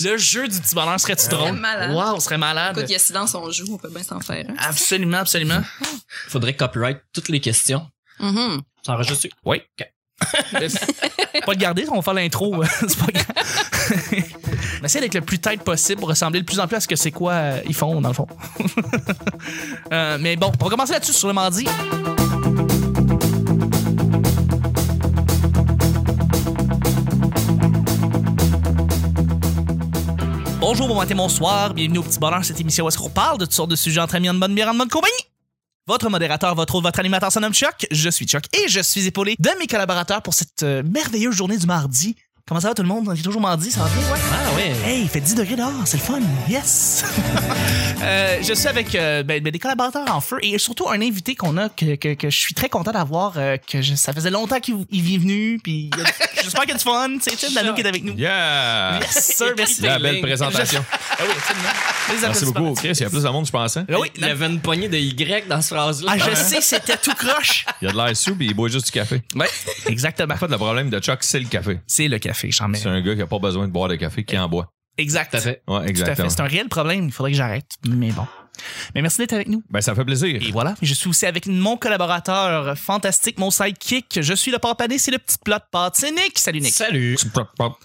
Le jeu du petit bonheur serait-tu drôle? malade. Wow, serait malade. Écoute, il y a silence, on joue, on peut bien s'en faire. hein. Absolument, absolument. Faudrait copyright toutes les questions. Mhm. Ça enregistre Oui. pas de garder, on va faire l'intro. euh, c'est pas grave. On essaie d'être le plus tête possible pour ressembler de plus en plus à ce que c'est quoi euh, ils font, dans le fond. Euh, mais bon, on va commencer là-dessus sur le mardi. Bonjour, bon matin, bonsoir. Bienvenue au Petit Bonheur, cette émission où est-ce qu'on parle de toutes sortes de sujets entre amis, en bonne bière, en bonne compagnie. Votre modérateur, votre autre, votre animateur, son nom Chuck. Je suis Chuck et je suis épaulé de mes collaborateurs pour cette euh, merveilleuse journée du mardi. Comment ça va tout le monde? On est toujours mardi, ça va bien? Ah ouais. Hey, il fait 10 degrés dehors, c'est le fun. Yes! Euh, je suis avec euh, ben, ben, des collaborateurs en feu et surtout un invité qu'on a que, que, que je suis très content d'avoir, euh, que je- ça faisait longtemps qu'il il vient venu, puis il y a- j'espère qu'il y a du fun. C'est Tim Dano qui est avec nous. Yeah! Yes, sir, merci. La belle présentation. Ah oui, absolument. Les Merci applaudissements. beaucoup. Chris, il y a plus de monde, je pensais. Ah oui, Il avait une poignée de Y dans cette phrase-là. ah, je sais, c'était tout croche. Il y a de l'air souple et il boit juste du café. Ouais, exactement. En fait, le problème de Chuck, c'est le café. C'est le café, j'en mets. C'est un gars qui n'a pas besoin de boire de café, qui en boit. Exact. Tout à fait. Ouais, Tout à fait. exactement. C'est un réel problème. Il faudrait que j'arrête. Mais bon. Mais merci d'être avec nous. Ben, ça fait plaisir. Et voilà, je suis aussi avec mon collaborateur fantastique, mon sidekick. Je suis le pané, c'est le petit plat de pâte. C'est Nick. Salut Nick. Salut.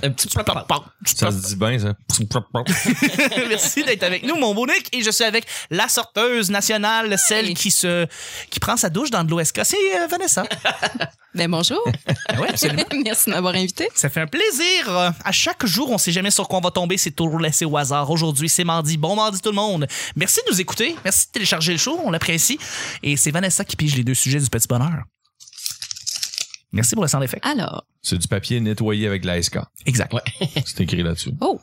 Un petit peu. Ça se dit bien, ça. Merci d'être avec nous, mon beau Nick. Et je suis avec la sorteuse nationale, celle Hey. qui se, qui prend sa douche dans de l'OSK. C'est euh, Vanessa. Ben bonjour. oui, absolument. Merci de m'avoir invité. Ça fait un plaisir. Euh, À chaque jour, on sait jamais sur quoi on va tomber. C'est toujours laissé au hasard. Aujourd'hui, c'est mardi. Bon mardi tout le monde. Merci de nous écouter. Merci de télécharger le show. On l'apprécie. Et c'est Vanessa qui pige les deux sujets du petit bonheur. Merci pour le sound effect. Alors, C'est du papier nettoyé avec de la SK. Exact. C'est écrit là-dessus. oh,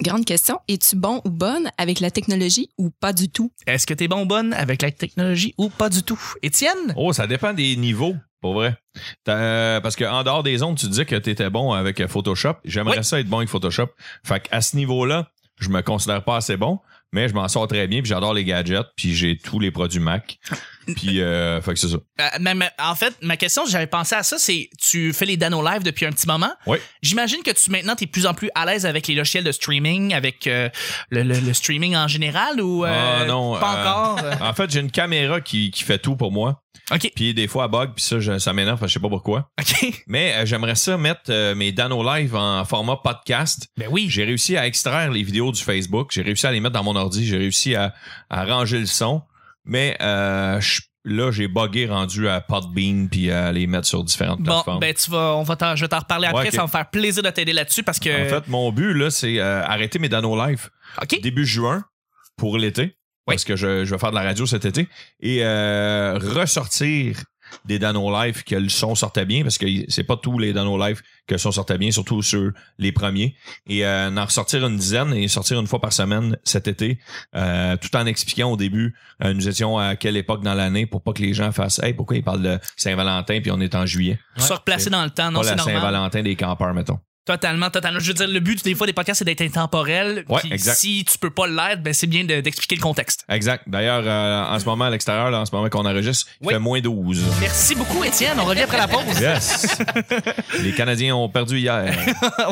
grande question. Es-tu bon ou bonne avec la technologie ou pas du tout? Est-ce que t'es bon ou bonne avec la technologie ou pas du tout? Étienne? Oh, ça dépend des niveaux, pour vrai. T'as- euh, parce qu'en dehors des ondes, tu disais que tu étais bon avec euh, Photoshop. J'aimerais Oui. ça être bon avec Photoshop. Fait qu'à ce niveau-là, je me considère pas assez bon, mais je m'en sors très bien, puis j'adore les gadgets, puis j'ai tous les produits Mac. Ah. Puis, euh, fait que c'est ça. Euh, mais- mais, en fait, ma question, j'avais pensé à ça, c'est tu fais les Dano Live depuis un petit moment. Oui. J'imagine que tu maintenant, t'es de plus en plus à l'aise avec les logiciels de streaming, avec euh, le, le- le streaming en général ou euh, Ah, non, pas euh, encore? Euh, En fait, j'ai une caméra qui, qui fait tout pour moi. OK. Puis des fois, elle bug, puis ça, je- ça m'énerve, parce que je sais pas pourquoi. OK. Mais euh, j'aimerais ça mettre euh, mes Dano Live en format podcast. Ben oui. J'ai réussi à extraire les vidéos du Facebook. J'ai réussi à les mettre dans mon ordi. J'ai réussi à, à ranger le son. Mais euh, je- là, j'ai buggé rendu à Podbean puis à les mettre sur différentes Bon, plateformes. ben tu vas, on va t'en, je vais t'en reparler Ouais, après, ok. ça va me faire plaisir de t'aider là-dessus parce que. En fait, mon but, là, c'est euh, arrêter mes Dano Live OK. début juin pour l'été. Oui. Parce que je, je vais faire de la radio cet été. Et euh, ressortir des Dano Live que le son sortait bien, parce que c'est pas tous les Dano Live que le son sortait bien, surtout sur les premiers. Et euh, en ressortir une dizaine et sortir une fois par semaine cet été, euh, tout en expliquant au début, euh, nous étions à quelle époque dans l'année pour pas que les gens fassent Hey, pourquoi ils parlent de Saint-Valentin puis on est en juillet? Se replacer dans le temps, Ah non, pas c'est la normal. Saint-Valentin des campeurs, mettons. Totalement, totalement. Je veux dire, le but des fois des podcasts, c'est d'être intemporel. Ouais, Puis exact. Si tu peux pas l'être, ben c'est bien de- d'expliquer le contexte. Exact. D'ailleurs, euh, en ce moment, à l'extérieur, là, en ce moment qu'on enregistre, il Oui. fait moins 12. Merci beaucoup, Étienne. On revient après la pause. Yes! Les Canadiens ont perdu hier.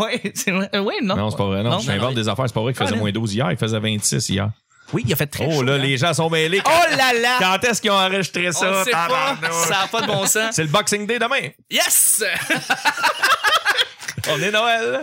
ouais, c'est vrai. Euh, ouais, non. Non, c'est pas vrai. Non, Non, je non, t'invente non. des affaires. C'est pas vrai qu'il faisait Colin. moins 12 hier. Il faisait 26 hier. Oui, il a fait très Oh chaud, là, hein. les gens sont mêlés. Oh là là. Quand est-ce qu'ils ont enregistré On ça? sait pas. Tabarnouche. Ça a pas de bon sens. C'est le Boxing Day demain. Yes. On est Noël.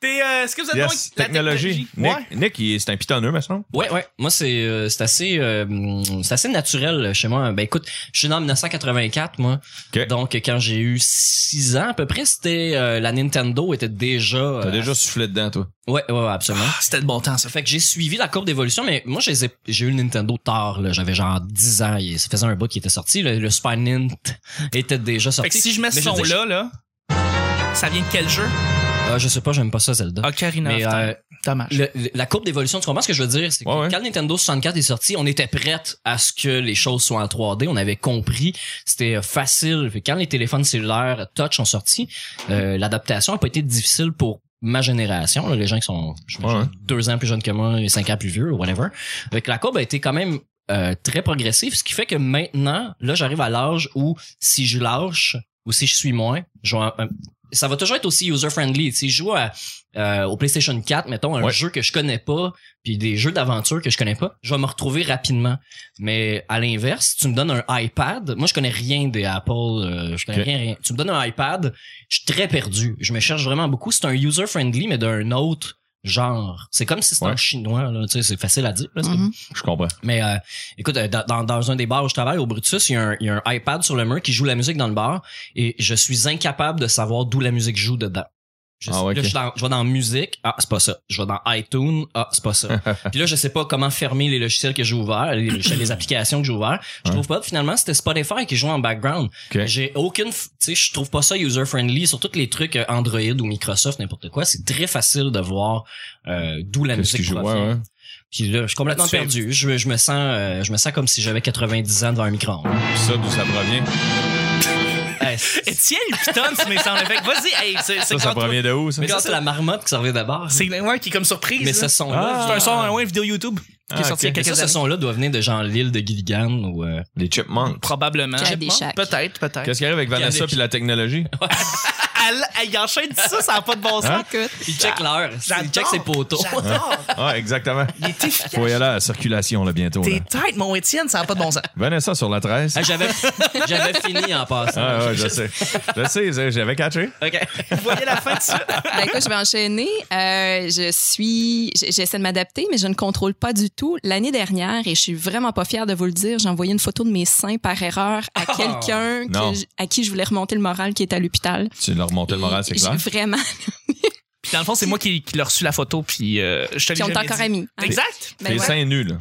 T'es, euh, est-ce que vous êtes Yes, donc la technologie. Ouais. Nick, Nick il- c'est un pitonneux, me semble. Ouais, ouais. Moi, c'est euh, c'est assez, euh, hum, c'est assez naturel euh, chez moi. Ben écoute, je suis né en 1984, moi. Ok. Donc, euh, quand j'ai eu 6 ans à peu près, c'était euh, la Nintendo était déjà... T'as euh, déjà soufflé dedans, toi. Ouais, ouais, ouais, absolument. Ah, c'était de bon temps, ça. Fait que j'ai suivi la courbe d'évolution, mais moi, je les ai- j'ai eu le Nintendo tard. là. J'avais genre 10 ans. Il- Ça faisait un bout qui était sorti. Le, le Super Nint était déjà sorti. Fait que si je mets ce Mais veux dire, son-là, là, ça vient de quel jeu? Euh, je sais pas, j'aime pas ça, Zelda. Ocarina Mais of Time. euh, Dommage. le- le- la courbe d'évolution, tu comprends ce que je veux dire? C'est que Ouais, ouais. quand le Nintendo 64 est sorti, on était prête à ce que les choses soient en 3D. On avait compris. C'était euh, facile. Fait que quand les téléphones cellulaires touch sont sortis, euh, l'adaptation a pas été difficile pour ma génération, là, les gens qui sont j'imagine, Ouais, ouais. deux ans plus jeunes que moi et cinq ans plus vieux, whatever. Fait que la courbe a été quand même euh, très progressive, ce qui fait que maintenant, là, j'arrive à l'âge où si je lâche ou si je suis moins, je vais- euh, ça va toujours être aussi user-friendly. Si je joue à, euh, au PlayStation 4, mettons, un Ouais. jeu que je connais pas, puis des jeux d'aventure que je connais pas, je vais me retrouver rapidement. Mais à l'inverse, si tu me donnes un iPad, moi je connais rien des Apple, euh, je connais Ok. rien, rien. Tu me donnes un iPad, je suis très perdu. Je me cherche vraiment beaucoup. C'est un user-friendly, mais d'un autre genre. C'est comme si c'était Ouais. un chinois, là. Tu sais, c'est facile à dire. là, c'est Mhm. Je comprends. mais euh, écoute, euh, dans, dans- dans un des bars où je travaille, au Brutus, il y, a un, il y a un iPad sur le mur qui joue la musique dans le bar et je suis incapable de savoir d'où la musique joue dedans. Je, Ah, sais- ouais, là, ok. je, suis dans- je vais dans musique, ah, c'est pas ça. Je vais dans iTunes, ah, c'est pas ça. Puis là, je sais pas comment fermer les logiciels que j'ai ouverts, les, les applications que j'ai ouvertes. Je Ouais. trouve pas. Finalement, c'était Spotify qui joue en background. Ok. J'ai aucune, f- tu sais, je trouve pas ça user friendly sur tous les trucs euh, Android ou Microsoft, n'importe quoi. C'est très facile de voir euh, d'où la musique Qu'est-ce qu'il joue? provient. Ouais, ouais. Puis là, je suis complètement Tu sais- perdu. Je, je me sens, euh, je me sens comme si j'avais 90 ans devant un micro-ondes. Puis ça, d'où ça provient? Hey, c'est- Étienne Piton se met sans effet. Vas-y, hey, c'est c'est Ça, ça quand- provient de où, ça? mais ça, c'est la marmotte qui servait d'abord. C'est le ouais, qui est comme surprise. Mais ce là. son-là, Ah. c'est un son, un ouais, vidéo YouTube qui Ah, est sorti ok. il y a mais ça, quelques ce années. son-là doit venir de Jean Lille de Gilligan ou. euh, Les chipmunks. Probablement. Qui a des chèques. Peut-être, peut-être. Qu'est-ce qui arrive avec Vanessa Yannick. puis la technologie? Elle, elle enchaîne ça, ça n'a pas de bon sens. Hein? Écoute, Il check l'heure. Il check ses poteaux. J'adore. Ah, exactement. Il est efficace. Faut y aller à la circulation, là, bientôt. là. T'es tête, mon Étienne, ça n'a pas de bon sens. Vanessa sur la 13. Ah, j'avais, j'avais fini en passant. Ah, ouais, je sais. Je sais, je- j'avais catché. Ok. Vous voyez la fin de ça? ben, écoute, je vais enchaîner. Euh, je suis, j- j'essaie de m'adapter, mais je ne contrôle pas du tout. L'année dernière, et je suis vraiment pas fière de vous le dire, j'ai envoyé une photo de mes seins par erreur à Ah, quelqu'un que non. je- à qui je voulais remonter le moral qui est à l'hôpital. Tu leur montais le moral, c'est J'ai clair. Vraiment. Puis dans le fond, c'est moi qui, qui leur reçu la photo, puis euh, je te l'ai Puis on est jamais encore dit. amis. hein. Exact. Ben T'es ouais. seins nus, là.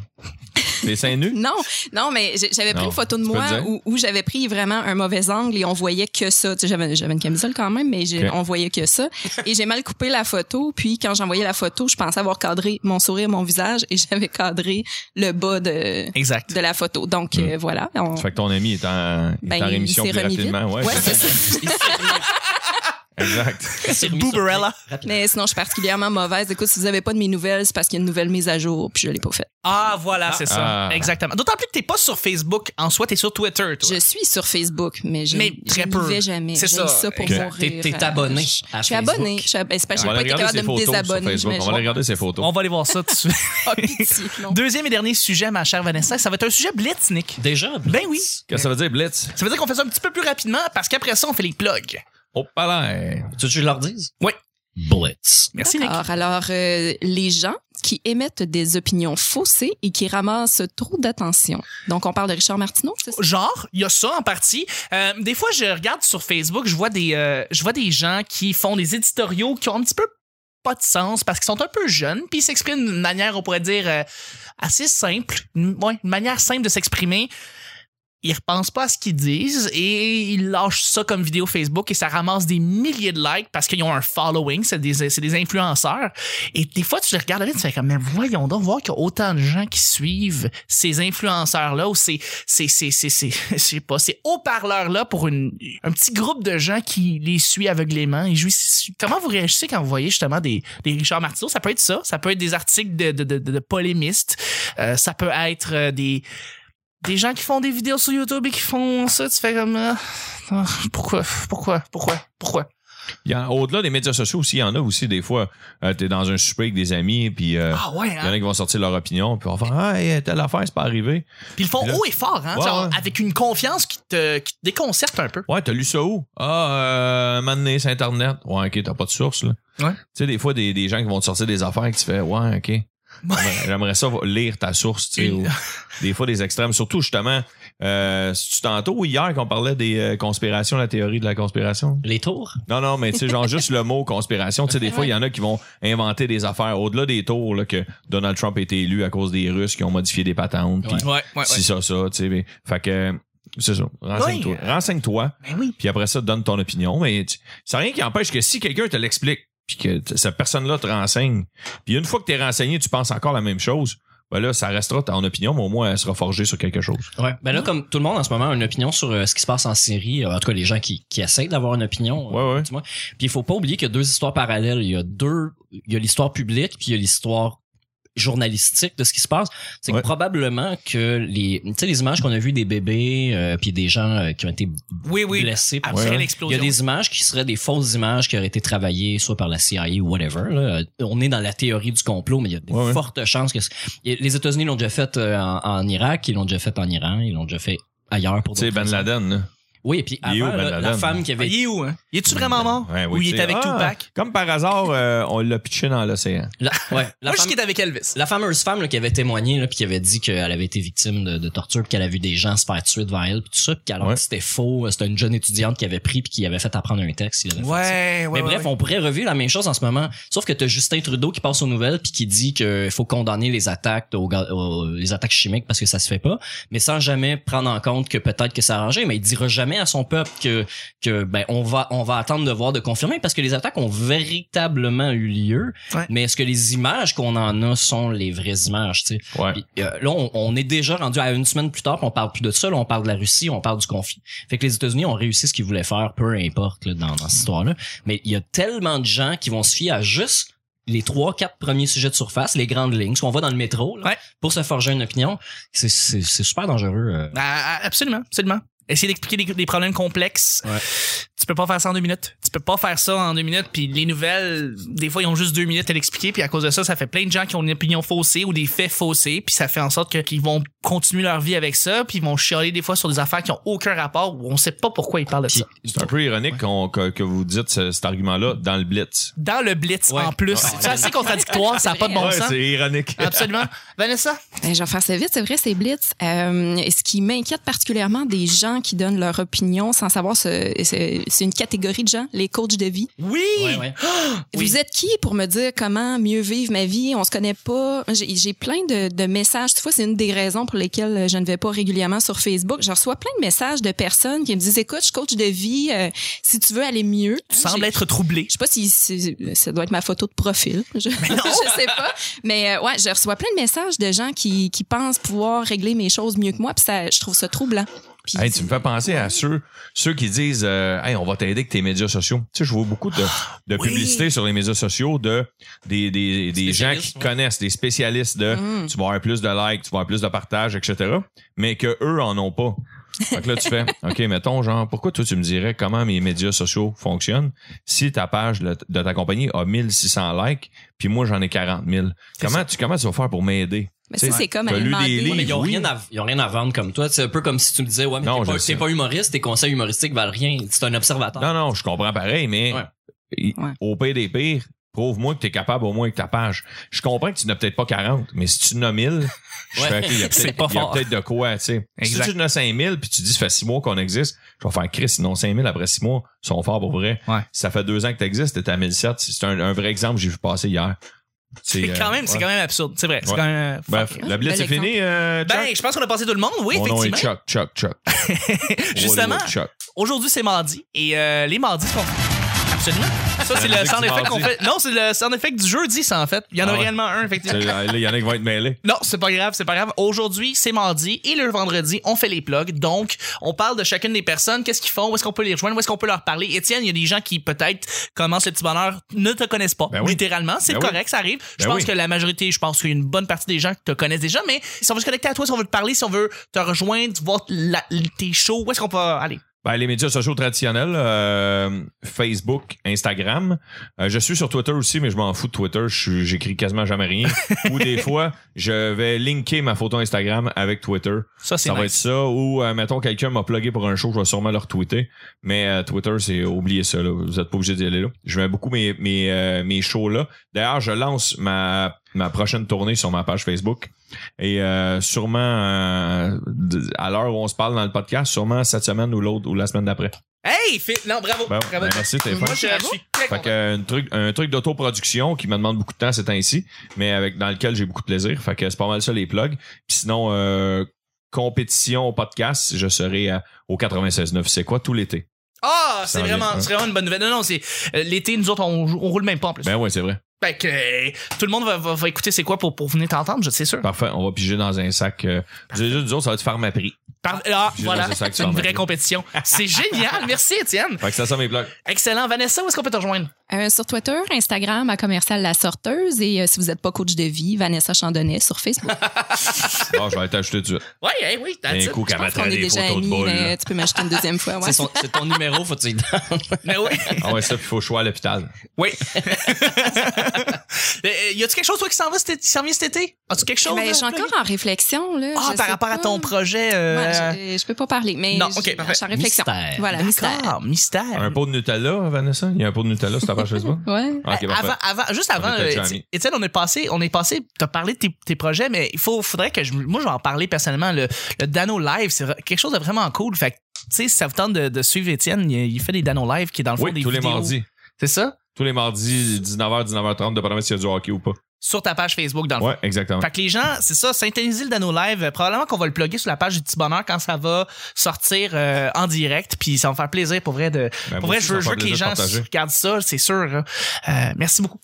T'es seins nus? Non, non, mais j'ai- j'avais pris Non, une photo de tu peux moi le dire. où, où j'avais pris vraiment un mauvais angle et on voyait que ça. Tu sais, J'avais j'avais une camisole quand même, mais j'ai- Ok. on voyait que ça. Et j'ai mal coupé la photo. Puis quand j'envoyais la photo, je pensais avoir cadré mon sourire, mon visage, et j'avais cadré le bas de, Exact. de la photo. Donc Hmm. euh, voilà. on- Ça fait que ton ami est en, il est Ben, en il rémission s'est plus remis vite. rapidement. Ouais, Ouais, c'est c'est ça. ça. Exact. C'est Booberella. Mais sinon, je suis particulièrement mauvaise. Écoute, si vous n'avez pas de mes nouvelles, c'est parce qu'il y a une nouvelle mise à jour, puis je l'ai pas faite. Ah, voilà, c'est ça. Ah. Exactement. D'autant plus que t'es pas sur Facebook en soi, t'es sur Twitter, toi. Je suis sur Facebook, mais je Mais je très n'y peu. vais jamais. C'est J'aime ça. pour Exact. mourir. euh, T'es, t'es abonné. à Je suis Facebook. abonnée. Je suis ab- ben, c'est parce On que va je n'ai aller pas été regarder capable ses de me photos sur désabonner. Facebook. On va j'imagine. aller regarder ses photos. On va aller voir ça tout de suite. Ah, pitié, non. Deuxième et dernier sujet, ma chère Vanessa, ça va être un sujet blitz, Nick. Déjà? Ben oui. Qu'est-ce que ça veut dire, Blitz? Ça veut dire qu'on fait ça un petit peu plus rapidement parce qu'après ça, on fait les plugs. Au palais. Tu veux que je leur dise? Oui. Blitz. Merci, Nick. D'accord. Alors, euh, les gens qui émettent des opinions faussées et qui ramassent trop d'attention. Donc, on parle de Richard Martineau, c'est ça? Genre, il y a ça en partie. Euh, des fois, je regarde sur Facebook, je vois des, euh, je vois des gens qui font des éditoriaux qui ont un petit peu pas de sens parce qu'ils sont un peu jeunes, puis ils s'expriment d'une manière, on pourrait dire, euh, assez simple. Une- ouais, une manière simple de s'exprimer. Ils repensent pas à ce qu'ils disent et ils lâchent ça comme vidéo Facebook et ça ramasse des milliers de likes parce qu'ils ont un following, c'est des, c'est des influenceurs. Et des fois, tu les regardes aller, tu fais comme, mais voyons donc, voir qu'il y a autant de gens qui suivent ces influenceurs-là ou ces, ces, ces, ces, ces, je sais pas, ces haut-parleurs-là pour une, un petit groupe de gens qui les suit aveuglément. Et jouissent- comment vous réagissez quand vous voyez justement des, des Richard Martineau? Ça peut être ça. Ça peut être des articles de, de, de, de- de polémistes. Euh, ça peut être euh, des, des gens qui font des vidéos sur YouTube et qui font ça. Tu fais comme, euh, Ah, pourquoi, pourquoi, pourquoi, pourquoi? Il y en- Au-delà des médias sociaux aussi, il y en a aussi des fois. euh, T'es dans un souper avec des amis, puis euh, Ah ouais, il y en hein? a qui vont sortir leur opinion, puis on va faire Ah, hey, telle affaire, c'est pas arrivé. Puis ils le font Puis là- haut et fort, hein? Ouais, Genre, ouais. avec une confiance qui te, qui te déconcerte un peu. Ouais, t'as lu ça où? Ah, euh, un moment donné, c'est Internet. Ouais, ok, t'as pas de source, là. Ouais. Tu sais, des fois, des, des gens qui vont te sortir des affaires que tu fais, ouais, ok. J'aimerais- J'aimerais ça lire ta source, tu sais. Une- ou Des fois, des extrêmes. Surtout, justement, euh, c'est-tu tantôt ou hier qu'on parlait des euh, conspirations, la théorie de la conspiration? Les tours? Non, non, mais tu sais, genre juste le mot conspiration. Tu sais, des fois, il y en a qui vont inventer des affaires au-delà des tours, là, que Donald Trump a été élu à cause des Russes qui ont modifié des patentes. puis Ouais. ouais, ouais. Si ça, ça, tu sais. mais- Fait que, c'est ça. Renseigne-toi. Ouais. Renseigne-toi. Ben oui. Puis après ça, donne ton opinion. Mais tu- c'est rien qui empêche que si quelqu'un te l'explique, puis que t- cette personne-là te renseigne, puis une fois que t'es renseigné, tu penses encore la même chose, ben là, ça restera ton opinion, mais au moins, elle sera forgée sur quelque chose. Ouais. Ben là, comme tout le monde en ce moment a une opinion sur euh, ce qui se passe en Syrie, euh, en tout cas les gens qui, qui essaient d'avoir une opinion. euh, Ouais, ouais. du moins. Puis il faut pas oublier qu'il y a deux histoires parallèles. Il y a deux, il y a l'histoire publique puis il y a l'histoire journalistique de ce qui se passe, c'est Ouais. que probablement que les, tu sais, les images qu'on a vues des bébés euh, puis des gens euh, qui ont été Oui, oui. blessés par Après Ouais. l'explosion. il y a des images qui seraient des fausses images qui auraient été travaillées soit par la CIA ou whatever. là. Euh, On est dans la théorie du complot, mais il y a de Ouais, ouais. fortes chances que... ce- et Les États-Unis l'ont déjà fait euh, en, en Irak, ils l'ont déjà fait en Iran, ils l'ont déjà fait ailleurs pour Tu sais, d'autres raisons. Van Laden, là. Oui, et puis Il est avant, où, Ben là, la Laden? femme qui Ah, avait... il est où, hein? Il est-tu vraiment mort? Ouais, Ou il tu était sais, avec ah, Tupac? Comme par hasard, euh, on l'a pitché dans l'océan. La, ouais, Moi, la je femme- suis avec Elvis. la fameuse femme là, qui avait témoigné là, puis qui avait dit qu'elle avait été victime de, de torture puis qu'elle a vu des gens se faire tuer devant elle puis tout ça puis qu'alors Ouais. que c'était faux c'était une jeune étudiante qui avait pris puis qui avait fait apprendre un texte il avait fait ça. Ouais, ouais. Mais bref, on pourrait revivre la même chose en ce moment. Sauf que t'as Justin Trudeau qui passe aux nouvelles puis qui dit qu'il faut condamner les attaques, aux ga- aux- les attaques chimiques parce que ça se fait pas, mais sans jamais prendre en compte que peut-être que ça a arrangé. Mais il dira jamais à son peuple que que ben on va on va attendre de voir de confirmer parce que les attaques ont véritablement eu lieu. Ouais. Mais est-ce que les images qu'on en a sont les vraies images, tu sais? Ouais. Puis, euh, là, on, on est déjà rendu à une semaine plus tard, puis on parle plus de ça. Là, on parle de la Russie, on parle du conflit. Fait que les États-Unis ont réussi ce qu'ils voulaient faire, peu importe là, dans, dans cette histoire-là. Mais il y a tellement de gens qui vont se fier à juste les trois, quatre premiers sujets de surface, les grandes lignes, ce qu'on voit dans le métro, là, Ouais. pour se forger une opinion. C'est- C'est c'est super dangereux. euh. Ah, ah, absolument, absolument. Essayer d'expliquer des, des problèmes complexes. Ouais. Tu peux pas faire ça en deux minutes. Tu peux pas faire ça en deux minutes. Puis les nouvelles, des fois, ils ont juste deux minutes à l'expliquer. Puis à cause de ça, ça fait plein de gens qui ont une opinion faussée ou des faits faussés. Puis ça fait en sorte que- qu'ils vont continuer leur vie avec ça. Puis ils vont chialer des fois sur des affaires qui ont aucun rapport ou on sait pas pourquoi ils parlent de ça. C'est un peu ironique qu'on- que, que vous dites ce- cet argument-là dans le Blitz. Dans le blitz, Ouais. en plus. Ouais. C'est assez contradictoire. Ça a pas de bon ouais, sens. c'est ironique. Absolument. Vanessa? Ben, je vais faire ça vite. C'est vrai, c'est Blitz. Euh, et ce qui m'inquiète particulièrement des gens qui donnent leur opinion sans savoir, ce- ce- c'est une catégorie de gens, les coachs de vie. Oui! Ouais, ouais. Oui. Vous êtes qui pour me dire comment mieux vivre ma vie? On se connaît pas. J'ai j'ai plein de, de messages. Tu vois, c'est une des raisons pour lesquelles euh, je ne vais pas régulièrement sur Facebook. Je reçois plein de messages de personnes qui me disent, écoute, je suis coach de vie. euh, si tu veux aller mieux. Tu Hein, sembles j'ai- être troublé. je sais pas si, si- ça doit être ma photo de profil. Je, non. je sais pas. Mais euh, ouais, je reçois plein de messages de gens qui, qui pensent pouvoir régler mes choses mieux que moi. Puis ça, je trouve ça troublant. Puis- Hey, tu me fais penser à ceux, ceux qui disent euh, Hey, on va t'aider avec tes médias sociaux. Tu sais, je vois beaucoup de, de oui. publicité sur les médias sociaux de des, des, des gens qui Spécialistes, ouais. connaissent, des spécialistes de Mm. tu vas avoir plus de likes, tu vas avoir plus de partages, etc. Mais que eux en ont pas. Donc là, tu fais OK, mettons, genre, pourquoi toi tu me dirais comment mes médias sociaux fonctionnent si ta page de de ta compagnie a 1600 likes, puis moi j'en ai 40 000. Comment tu, comment tu vas faire pour m'aider? mais ça, t'sais, c'est comme t'as aller lu des demander- livres. Ouais, mais ils ont, Oui. rien à, ils ont rien à vendre comme toi. C'est un peu comme si tu me disais, ouais, mais Non, t'es je pas, sais. t'es pas humoriste, tes conseils humoristiques valent rien. C'est un observateur. Non, non, je comprends pareil, mais Ouais. il- Ouais. au pire des pires, prouve-moi que tu es capable au moins avec ta page. Je comprends que tu n'as peut-être pas 40, mais si tu n'as 1000, je Ouais. fais qu'il y a C'est peut-être pas il y a fort. peut-être de quoi, tu sais. Si Exact. tu n'as 5000 puis tu dis ça fait 6 mois qu'on existe, je vais faire Chris, sinon 5000 après 6 mois, ils sont forts pour vrai. Ouais. Si ça fait 2 ans que tu existes, tu à 1007, c'est un, un vrai exemple que j'ai vu passer hier. C'est quand même, c'est quand même absurde. C'est vrai. C'est euh, Ouais. Ben, quand même. euh, Bref, la blitz Bel c'est fini, euh, Chuck? Ben, je pense qu'on a passé tout le monde, oui, Mon nom est effectivement. Chuck, Chuck, Chuck. Justement, Hollywood Chuck. aujourd'hui c'est mardi et euh, les mardis qu'on Absolument. Ça, c'est la le musique sound du effect qu'on mardi. fait. Non, c'est le sound effect du jeudi, ça, en fait. Il y en a Ah ouais. réellement un, Tu sais, effectivement. Là, il y en a qui vont être mêlés. Non, c'est pas grave, c'est pas grave. Aujourd'hui, c'est mardi et le vendredi, on fait les plugs. Donc, on parle de chacune des personnes, qu'est-ce qu'ils font, où est-ce qu'on peut les rejoindre, où est-ce qu'on peut leur parler. Étienne, il y a des gens qui peut-être commencent le petit bonheur, ne te connaissent pas, Ben oui. littéralement. C'est Ben oui. correct, ça arrive. Je Ben pense oui. que la majorité, je pense qu'il y a une bonne partie des gens qui te connaissent déjà, mais si on veut se connecter à toi, si on veut te parler, si on veut te rejoindre, voir la- tes shows, où est-ce qu'on peut aller? Ben, les médias sociaux traditionnels, euh, Facebook, Instagram. Euh, je suis sur Twitter aussi, mais je m'en fous de Twitter. Je suis- J'écris quasiment jamais rien. ou des fois, je vais linker ma photo Instagram avec Twitter. Ça, c'est Ça va être nice. ça. Ou, euh, mettons, quelqu'un m'a plugué pour un show, je vais sûrement le retweeter. Mais euh, Twitter, c'est oubliez ça. Là. Vous n'êtes pas obligé d'y aller là. Je mets beaucoup mes, mes, euh, mes shows là. D'ailleurs, je lance ma, ma prochaine tournée sur ma page Facebook. Et euh, sûrement, euh, d- à l'heure où on se parle dans le podcast, sûrement cette semaine ou l'autre ou la semaine d'après. Hey, Phil- non, bravo, Ben, bravo. ben, merci, t'es Moi, fin. je suis Bravo. très Fait que, content. euh, un truc, un truc d'autoproduction qui me demande beaucoup de temps c'est ainsi, mais avec, dans lequel j'ai beaucoup de plaisir. Fait que c'est pas mal ça les plugs. Puis sinon, euh, compétition au podcast, je serai à- au 96.9. C'est quoi tout l'été? Ah, Ça hein. c'est va vraiment, bien. c'est vraiment une bonne nouvelle. Non, non, c'est euh, l'été, nous autres, on, on roule même pas en plus. Ben ouais, c'est vrai. Fait que euh, tout le monde va, va- va écouter c'est quoi pour, pour venir t'entendre, je- c'est sûr. Parfait. On va piger dans un sac. Euh, du, du- du autre, ça va être Pharmaprix. Par- ah, J'ai voilà, lancé ça avec c'est une toi, vraie Mathieu. compétition. C'est génial, merci Étienne. Fait que ça, ça mes plugs. Excellent. Vanessa, où est-ce qu'on peut te rejoindre? Euh, sur Twitter, Instagram, à commercial La Sorteuse. Et euh, si vous n'êtes pas coach de vie, Vanessa Chandonnet sur Facebook. Bon, je vais t'ajouter tout de suite. Oui, hey, oui, t'as Un dit. coup, qu'elle Parce qu'on mettra est des déjà photos de amis, boules. mais là. tu peux m'acheter une deuxième fois. ouais. C'est son- c'est ton numéro, faut que tu y donnes. Mais Ben oui. Ah ouais, ça, puis faut que je sois à l'hôpital. Oui. Ben, Euh, y a-tu quelque chose, toi, qui s'en va cet, qui s'en vient cet été? As-tu quelque chose? Ben, là, je suis à encore plugger? en réflexion. Là, Ah, Je par sais rapport à pas. ton projet. euh, Ouais, je, je peux pas parler, mais Non, je- ok, parfait. je suis en réflexion. Mystère. Voilà, mystère. D'accord, mystère. Un pot de Nutella, Vanessa? Il y a un pot de Nutella sur ta page Facebook? Ouais. Ah, Ok, parfait. avant, avant, juste avant, On était déjà euh, Éti- amis. Étienne, on est passé, on est passé, t'as parlé de tes, tes projets, mais il faut, faudrait que je, moi, je vais en parler personnellement. Le, le Dano Live, c'est vra- quelque chose de vraiment cool. Fait que, tu sais, si ça vous tente de, de suivre Étienne, il, il fait des Dano Live qui est dans le fond Oui, des tous les vidéos. mardis. C'est ça? Tous les mardis, 19h, 19h30, de promettre s'il y a du hockey ou pas. Sur ta page Facebook, dans le Ouais, exactement. Fait que les gens, c'est ça, synthétiser le Dano Live. Euh, probablement qu'on va le plugger sur la page du petit bonheur quand ça va sortir euh, en direct. Puis ça va me faire plaisir pour vrai de. Ben, pour vrai, moi aussi, je veux, ça je veux me fait que les plaisir gens de partager. regardent ça, c'est sûr. hein. Euh, merci beaucoup.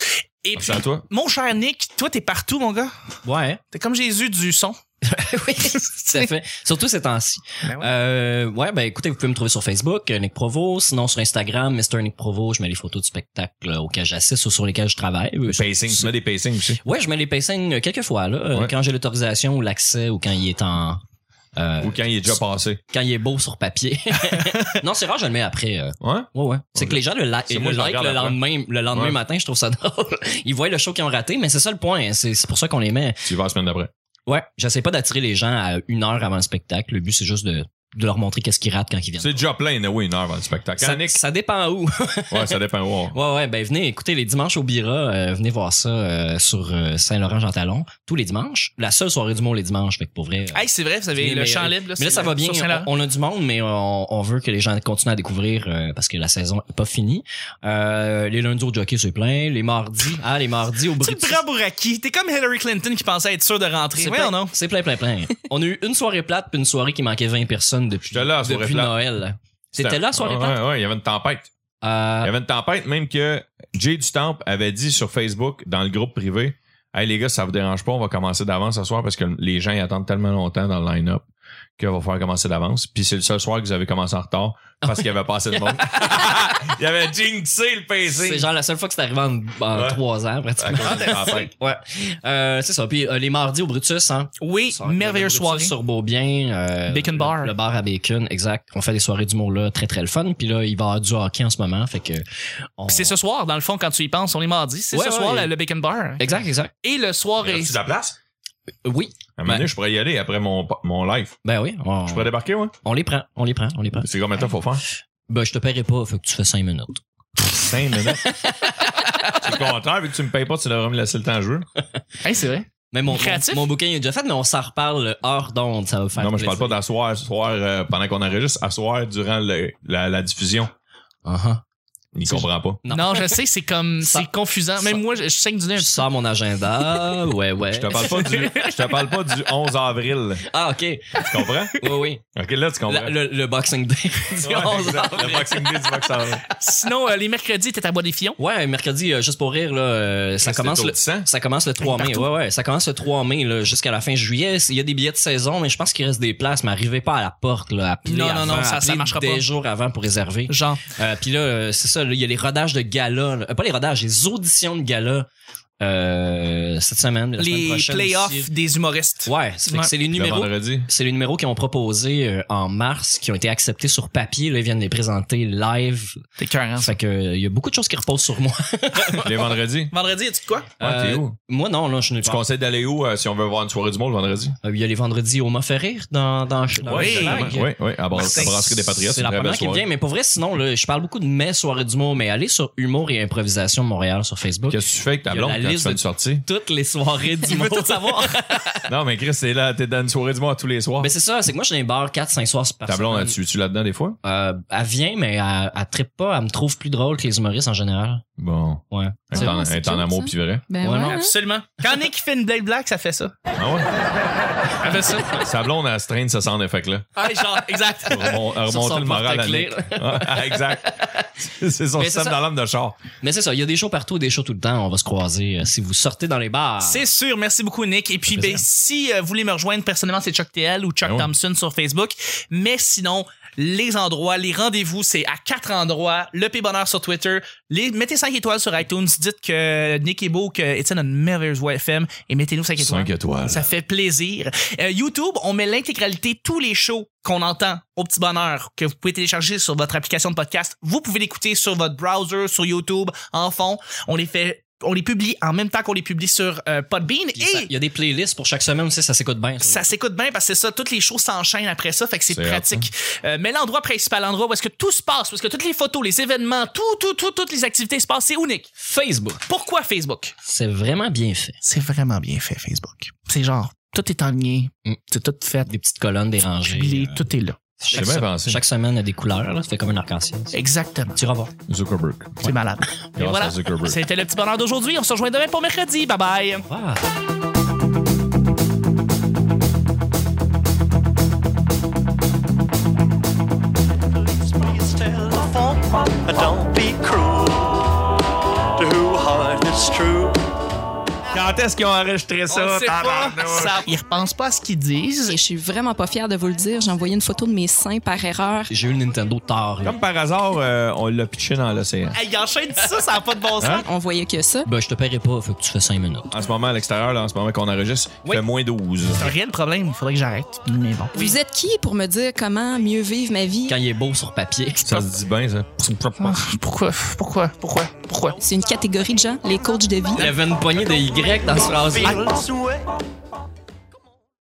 Et Merci puis, à toi. mon cher Nick, toi, t'es partout, mon gars. Ouais. T'es comme Jésus du son. oui, tout à fait. Surtout ces temps-ci. Ben ouais. Euh, ouais, ben écoutez, vous pouvez me trouver sur Facebook, euh, Nick Provo. Sinon, sur Instagram, Mr. Nick Provo, je mets les photos du spectacle euh, auquel j'assiste ou sur lesquels je travaille. Euh, Pacing, tu mets des pacings aussi. Ouais, je mets les pacings euh, quelques fois, là. euh, Ouais. Quand j'ai l'autorisation ou l'accès ou quand il est en... euh, Ou quand il est déjà passé. quand il est beau sur papier. non, c'est rare, je le mets après. euh. Ouais? Ouais, ouais. C'est que les gens le, la- C'est le moi, je le like regarde le après. lendemain, le lendemain Ouais. matin, je trouve ça drôle. Ils voient le show qu'ils ont raté, mais c'est ça le point. hein. C'est c'est pour ça qu'on les met. Tu y vas la semaine d'après. Ouais, j'essaie pas d'attirer les gens à une heure avant le spectacle. Le but, c'est juste de, de leur montrer qu'est-ce qu'ils ratent quand ils viennent. C'est déjà plein, oui, une heure avant le spectacle. Ça, Quand Nick- ça dépend où. Ouais, ça dépend où. on- ouais, ouais, ben venez écoutez les dimanches au Bira, euh, venez voir ça euh, sur euh, Saint-Laurent-Jean-Talon, tous les dimanches. La seule soirée du monde les dimanches, fait que pour vrai... euh, Hey, c'est vrai, vous avez Mais- le mais- champ libre. Là, mais c'est- là, ça va bien. sur Saint-Laurent. On, on a du monde, mais on, on veut que les gens continuent à découvrir euh, parce que la saison est pas finie. Euh, les lundis au jockey, c'est plein. Les mardis, ah, les mardis au Tu le Brutus. prends pour acquis. T'es comme Hillary Clinton qui pensait être sûre de rentrer. C'est Ouais, plein, non? c'est plein, plein, plein. On a eu une soirée plate puis une soirée qui manquait 20 personnes depuis, J'étais là, la soirée depuis plate. Noël. C'était C'était- là, la soirée Ouais, plate? Ouais, ouais, il y avait une tempête. Il Euh, y avait une tempête, même que Jay Dutemps avait dit sur Facebook, dans le groupe privé, Hey les gars, ça vous dérange pas, on va commencer d'avance ce soir parce que les gens ils attendent tellement longtemps dans le line-up qu'on va falloir commencer d'avance. Puis c'est le seul soir que vous avez commencé en retard parce qu'il y avait pas assez de monde. il y avait jinxé le c'est pacing. genre la seule fois que c'est arrivé en, en Ouais. trois ans, À pratiquement. cause de la tempête. Ouais. Euh, c'est ça. Puis euh, les mardis au Brutus, hein. Oui, Soirée- merveilleuse le Brutus soirée. Sur Beaubien. euh, Bacon le- Bar. Le bar à bacon, exact. On fait des soirées d'humour là, très très le fun. Puis là, il va y avoir du hockey en ce moment. Fait que. on- Puis C'est ce soir, dans le fond, quand tu y penses, on est mardi. C'est Ouais, ce ouais, soir, ouais. la- le Bacon Bar. Exact, exact. Et le soir Y est. a-tu de la place? Oui. À un moment donné, je pourrais y aller après mon, mon live. Ben oui. On, Je pourrais débarquer, ouais? on les prend. On les prend. On les prend. C'est combien de temps faut faire? Ben, je te paierai pas. Fait que tu fais cinq minutes. 5 minutes. c'est le contraire, vu que tu me payes pas, tu devrais me laisser le temps de jouer. Hey, c'est vrai. Mais mon, Créatif. mon, mon bouquin est déjà fait, mais on s'en reparle hors d'onde. Ça va faire. non, mais je parle plaisir. pas d'asseoir soir, euh, pendant qu'on enregistre, asseoir durant le- la, la diffusion. Uh-huh. Il C'est- comprend pas. Non, Non. je sais, c'est comme. Ça- C'est confusant. Même ça- moi, je, je saigne du nez un Je petit sors mon agenda. ouais, ouais. Je te parle pas du, je te parle pas du 11 avril. Ah, OK. Oui, Tu comprends? oui. Ok, là, tu comprends. La- le, le Boxing Day. du Ouais, 11 exact. avril. Le boxing day du box avril. peu. Sinon, euh, les mercredis, t'es à Bois des Fillons. Ouais, mercredi, euh, juste pour rire, là, euh, ça commence le. Ça commence le 3 mai. Partout. Ouais, ouais. Ça commence le 3 mai, là, jusqu'à la fin juillet. Il y a des billets de saison, mais je pense qu'il reste des places, mais arrivez pas à la porte, là. Appelez Non, non, avant, non, ça- ça appelez marchera des pas. jours avant pour réserver. Genre. Euh, Puis là, euh, c'est ça, là, il y a les rodages de gala. là. Euh, pas les rodages, les auditions de gala euh, cette semaine. la semaine les prochaine playoffs aussi. des humoristes. Ouais, c'est fait que Ouais. c'est les Le numéros. vendredi. C'est les numéros qui ont proposé euh, en mars, qui ont été acceptés sur papier. Là, ils viennent les présenter live. T'es cœur, hein? Fait que euh, il y a beaucoup de choses qui reposent sur moi. Les vendredis. Vendredi, y a-tu de quoi? Ouais, Ah, t'es Euh, où? Moi, non, là, je ne Tu conseilles d'aller où euh, si on veut voir une soirée du monde le vendredi? Euh, Il y a les vendredis au Mont-Ferrer dans, dans, dans Oui, le Schlag. Oui, oui, à, Bras- Martin. à Brasserie des Patriotes. C'est la une très première belle qui me soirée. vient, mais pour vrai, sinon, là, je parle beaucoup de mes soirées d'humour, mais allez sur Humour et Improvisation Montréal sur Facebook. Qu'est-ce que tu fais avec ta Il y a blonde la quand tu liste fais de- une sortie? Toutes les soirées d'humour. veut tout savoir. Non, mais Chris, t'es là, t'es dans une soirée du monde tous les soirs. mais c'est ça, c'est que moi, je suis dans les bars 4-5 soirs par Ta blonde, semaine. tu tu là-dedans des fois? Euh, elle vient, mais elle, elle trippe pas. Elle me trouve plus drôle que les humoristes en général. Bon. Ouais. Elle est en- elle est en cute, amour ça. pis vrai. Ben Ouais, ouais, non, hein. Absolument. Quand Nick fait une Blade Black, ça fait ça. Ah ouais? Elle fait ça. Sa blonde, elle se traîne, ça sent effet-là. Ouais, genre, exact. Pour remon- à Sur son remonter le moral à porte-clés, Nick. Ah, exact. C'est c'est son Mais c'est système ça. d'alarme de char. Mais c'est ça, il y a des shows partout, des shows tout le temps. On va se croiser euh, si vous sortez dans les bars. C'est sûr, merci beaucoup Nick. Et puis ben, plaisir. si euh, vous voulez me rejoindre personnellement, c'est Chuck TL ou Chuck Ben oui. Thompson sur Facebook. Mais sinon, les endroits, les rendez-vous, c'est à quatre endroits. Le P Bonheur sur Twitter. Les, mettez 5 étoiles sur iTunes. Dites que Nick est beau, que Étienne a une merveilleuse voix FM. Et mettez-nous 5 étoiles. 5 étoiles. Ça fait plaisir. Euh, YouTube, on met l'intégralité, tous les shows qu'on entend au petit bonheur, que vous pouvez télécharger sur votre application de podcast. Vous pouvez l'écouter sur votre browser, sur YouTube, en fond. On les fait, on les publie en même temps qu'on les publie sur euh, Podbean. Puis ça- Et Il y a des playlists pour chaque semaine aussi, ça s'écoute bien. ça s'écoute bien parce que c'est ça, toutes les choses s'enchaînent après ça, fait que c'est C'est hot, pratique. Euh, mais l'endroit principal, l'endroit où est-ce que tout se passe, où est-ce que toutes les photos, les événements, tout, tout, tout, toutes les activités se passent, c'est unique. Facebook, Pourquoi Facebook? c'est vraiment bien fait. C'est vraiment bien fait, Facebook. C'est genre, tout est en lien, Mm. c'est tout fait, Des petites colonnes dérangées. publié, euh, tout est là. J'ai chaque, bien se- pensé. chaque semaine a des couleurs, là, ça fait comme un arc-en-ciel. Exactement. Tu vas voir. Zuckerberg. C'est malade. Et Grâce voilà. à Zuckerberg. C'était le petit bonheur d'aujourd'hui. On se rejoint demain pour mercredi. Bye bye. Wow. Please tell a folk one, don't be cruel to who heart is true. Quand est-ce qu'ils ont enregistré ça? tabarnouche? Ils repensent pas à ce qu'ils Et disent. je suis vraiment pas fière de vous le dire. J'ai envoyé une photo de mes seins par erreur. J'ai eu le Nintendo tard. là. Comme par hasard, euh, on l'a pitché dans l'océan. Hey, ils enchaînent ça, ça n'a pas de bon sens. Hein? On voyait que ça. Ben, je te paierai pas, faut que tu fais 5 minutes. En ce moment, à l'extérieur, là, en ce moment qu'on enregistre, il Oui. fait moins 12. C'est un réel problème. Il faudrait que j'arrête. Mais bon. Vous êtes qui pour me dire comment mieux vivre ma vie? Quand il est beau sur papier. Ça se dit bien, ça. Pourquoi? Pourquoi? Pourquoi? Pourquoi? C'est une catégorie de gens, les coachs de vie. Il y avait une poignée de Y dans ce phrase. Feels way